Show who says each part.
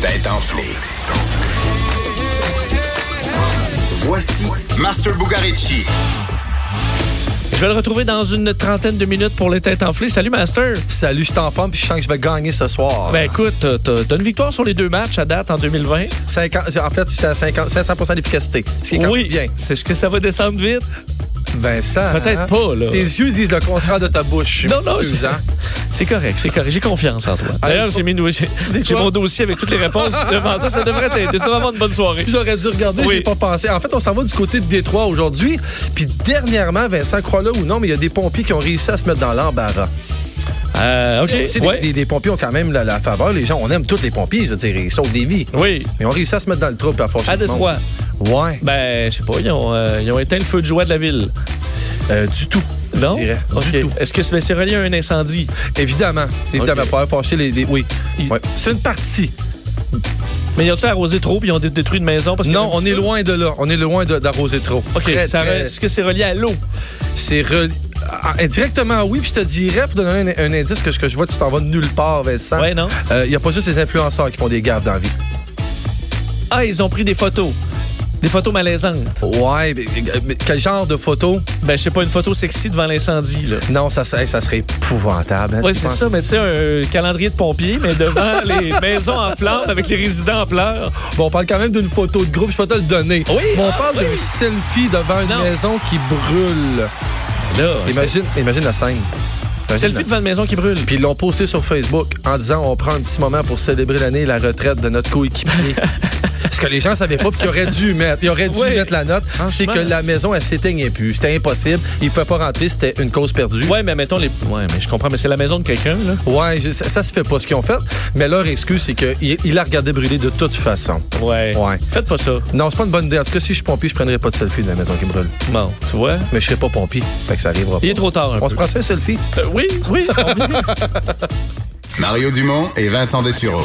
Speaker 1: tête enflée. Voici Master Bugarici.
Speaker 2: Je vais le retrouver dans une trentaine de minutes pour les têtes enflées. Salut, Master.
Speaker 3: Salut, je suis en forme puis je sens que je vais gagner ce soir.
Speaker 2: Ben écoute, t'as- t'as t'as une victoire sur les deux matchs à date en 2020.
Speaker 3: 50 en fait, j'étais à 50 500 d'efficacité. Ce qui est quand même bien.
Speaker 2: C'est ce que ça va descendre vite.
Speaker 3: Vincent.
Speaker 2: Peut-être
Speaker 3: hein?
Speaker 2: pas, là.
Speaker 3: Tes yeux disent le contraire de ta bouche.
Speaker 2: Non, non,
Speaker 3: Excuse,
Speaker 2: c'est-
Speaker 3: hein.
Speaker 2: C'est correct, c'est correct. J'ai confiance en toi. D'ailleurs, j'ai mis une- j'ai j'ai
Speaker 3: quoi?
Speaker 2: mon dossier avec toutes les réponses devant toi. Ça devrait t'aider. Ça va avoir une bonne soirée.
Speaker 3: J'aurais dû regarder,
Speaker 2: Oui.
Speaker 3: j'ai pas pensé. En fait, on s'en va du côté de Détroit aujourd'hui. Puis dernièrement, Vincent, crois-le ou non, mais il y a des pompiers qui ont réussi à se mettre dans l'embarras.
Speaker 2: Euh, OK.
Speaker 3: Tu sais,
Speaker 2: Ouais.
Speaker 3: les, les- les pompiers ont quand même la, la faveur. Les gens, on aime tous les pompiers, je veux dire, ils sauvent des vies.
Speaker 2: Oui.
Speaker 3: Mais on réussit à se mettre dans le trou à force
Speaker 2: À Détroit.
Speaker 3: Ouais.
Speaker 2: Ben, je sais pas, ils ont, euh, ils ont éteint le feu de joie de la ville.
Speaker 3: Euh, du tout. je
Speaker 2: Non?
Speaker 3: dirais.
Speaker 2: OK.
Speaker 3: Du tout.
Speaker 2: Est-ce que c'est ben, c'est relié à un incendie?
Speaker 3: Évidemment. Évidemment.
Speaker 2: Ok.
Speaker 3: Pas fâcher les, les- Oui.
Speaker 2: Il-
Speaker 3: Ouais. C'est une partie.
Speaker 2: Mais ils ont-tu arrosé trop puis ils ont dé- détruit une maison? Parce qu'il y
Speaker 3: Non,
Speaker 2: avait un
Speaker 3: on
Speaker 2: petit
Speaker 3: est
Speaker 2: feu?
Speaker 3: loin de là. On est loin de- d'arroser trop.
Speaker 2: OK.
Speaker 3: Très,
Speaker 2: ça-
Speaker 3: très-
Speaker 2: Est-ce que c'est relié à l'eau?
Speaker 3: C'est reli- ah, Indirectement, oui, puis je te dirais, pour donner un, un indice que, je- que je vois, tu t'en vas de nulle part, Vincent.
Speaker 2: Ouais, non?
Speaker 3: Il n'y a pas juste les influenceurs qui font des gaffes dans la vie.
Speaker 2: Ah, ils ont pris des photos. Des photos malaisantes.
Speaker 3: Ouais, mais, mais quel genre de photo?
Speaker 2: Ben, je sais pas, une photo sexy devant l'incendie, là.
Speaker 3: Non, ça, serait- ça serait épouvantable. hein,
Speaker 2: Oui,
Speaker 3: tu
Speaker 2: c'est
Speaker 3: penses-
Speaker 2: ça, mais tu sais, un calendrier de pompiers, mais devant les maisons en flammes avec les résidents en pleurs.
Speaker 3: Bon, on parle quand même d'une photo de groupe, je peux te le donner.
Speaker 2: Oui,
Speaker 3: Mais on
Speaker 2: ah,
Speaker 3: parle d'un selfie devant une
Speaker 2: Non.
Speaker 3: maison qui brûle.
Speaker 2: Là,
Speaker 3: Imagine, imagine la scène.
Speaker 2: c'est-
Speaker 3: Imagine
Speaker 2: selfie
Speaker 3: la-
Speaker 2: devant une maison qui brûle.
Speaker 3: Puis ils l'ont posté sur Facebook en disant on prend un petit moment pour célébrer l'année et la retraite de notre coéquipier. Ce que les gens savaient pas, puis qu'ils auraient dû mettre, ils auraient dû
Speaker 2: Ouais.
Speaker 3: mettre la note, c'est
Speaker 2: Franchement.
Speaker 3: que la maison, elle s'éteignait plus. C'était impossible. Il ne pouvaient pas rentrer, c'était une cause perdue.
Speaker 2: Ouais, mais mettons les. Ouais, mais je comprends, mais c'est la maison de quelqu'un, là.
Speaker 3: Ouais, je- ça, ça se fait pas ce qu'ils ont fait. Mais leur excuse, c'est qu'il il a regardé brûler de toute façon.
Speaker 2: Ouais.
Speaker 3: Ouais.
Speaker 2: Faites pas ça.
Speaker 3: Non, c'est pas une bonne idée. En tout cas, si je suis pompier, je prendrais pas de selfie de la maison qui brûle.
Speaker 2: Bon, tu vois.
Speaker 3: Mais je serais pas pompier. Fait que ça arrivera pas.
Speaker 2: Il est trop tard. un
Speaker 3: On
Speaker 2: peu.
Speaker 3: se prend un selfie?
Speaker 2: Euh, oui, oui. on vit.
Speaker 1: Mario Dumont et Vincent Dessureau.